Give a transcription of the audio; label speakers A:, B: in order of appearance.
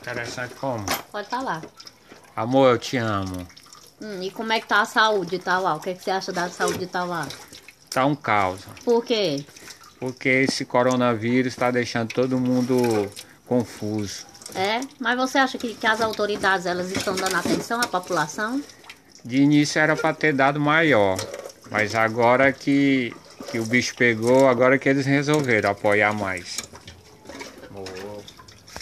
A: Interessante como?
B: Pode estar lá.
A: Amor, eu te amo.
B: Hum, e como é que tá a saúde de Itauá? O que, é que você acha da saúde de Itauá?
A: Tá um caos.
B: Por quê?
A: Porque esse coronavírus tá deixando todo mundo confuso.
B: É? Mas você acha que, que as autoridades elas estão dando atenção à população?
A: De início era pra ter dado maior. Mas agora que, que o bicho pegou, agora que eles resolveram apoiar mais.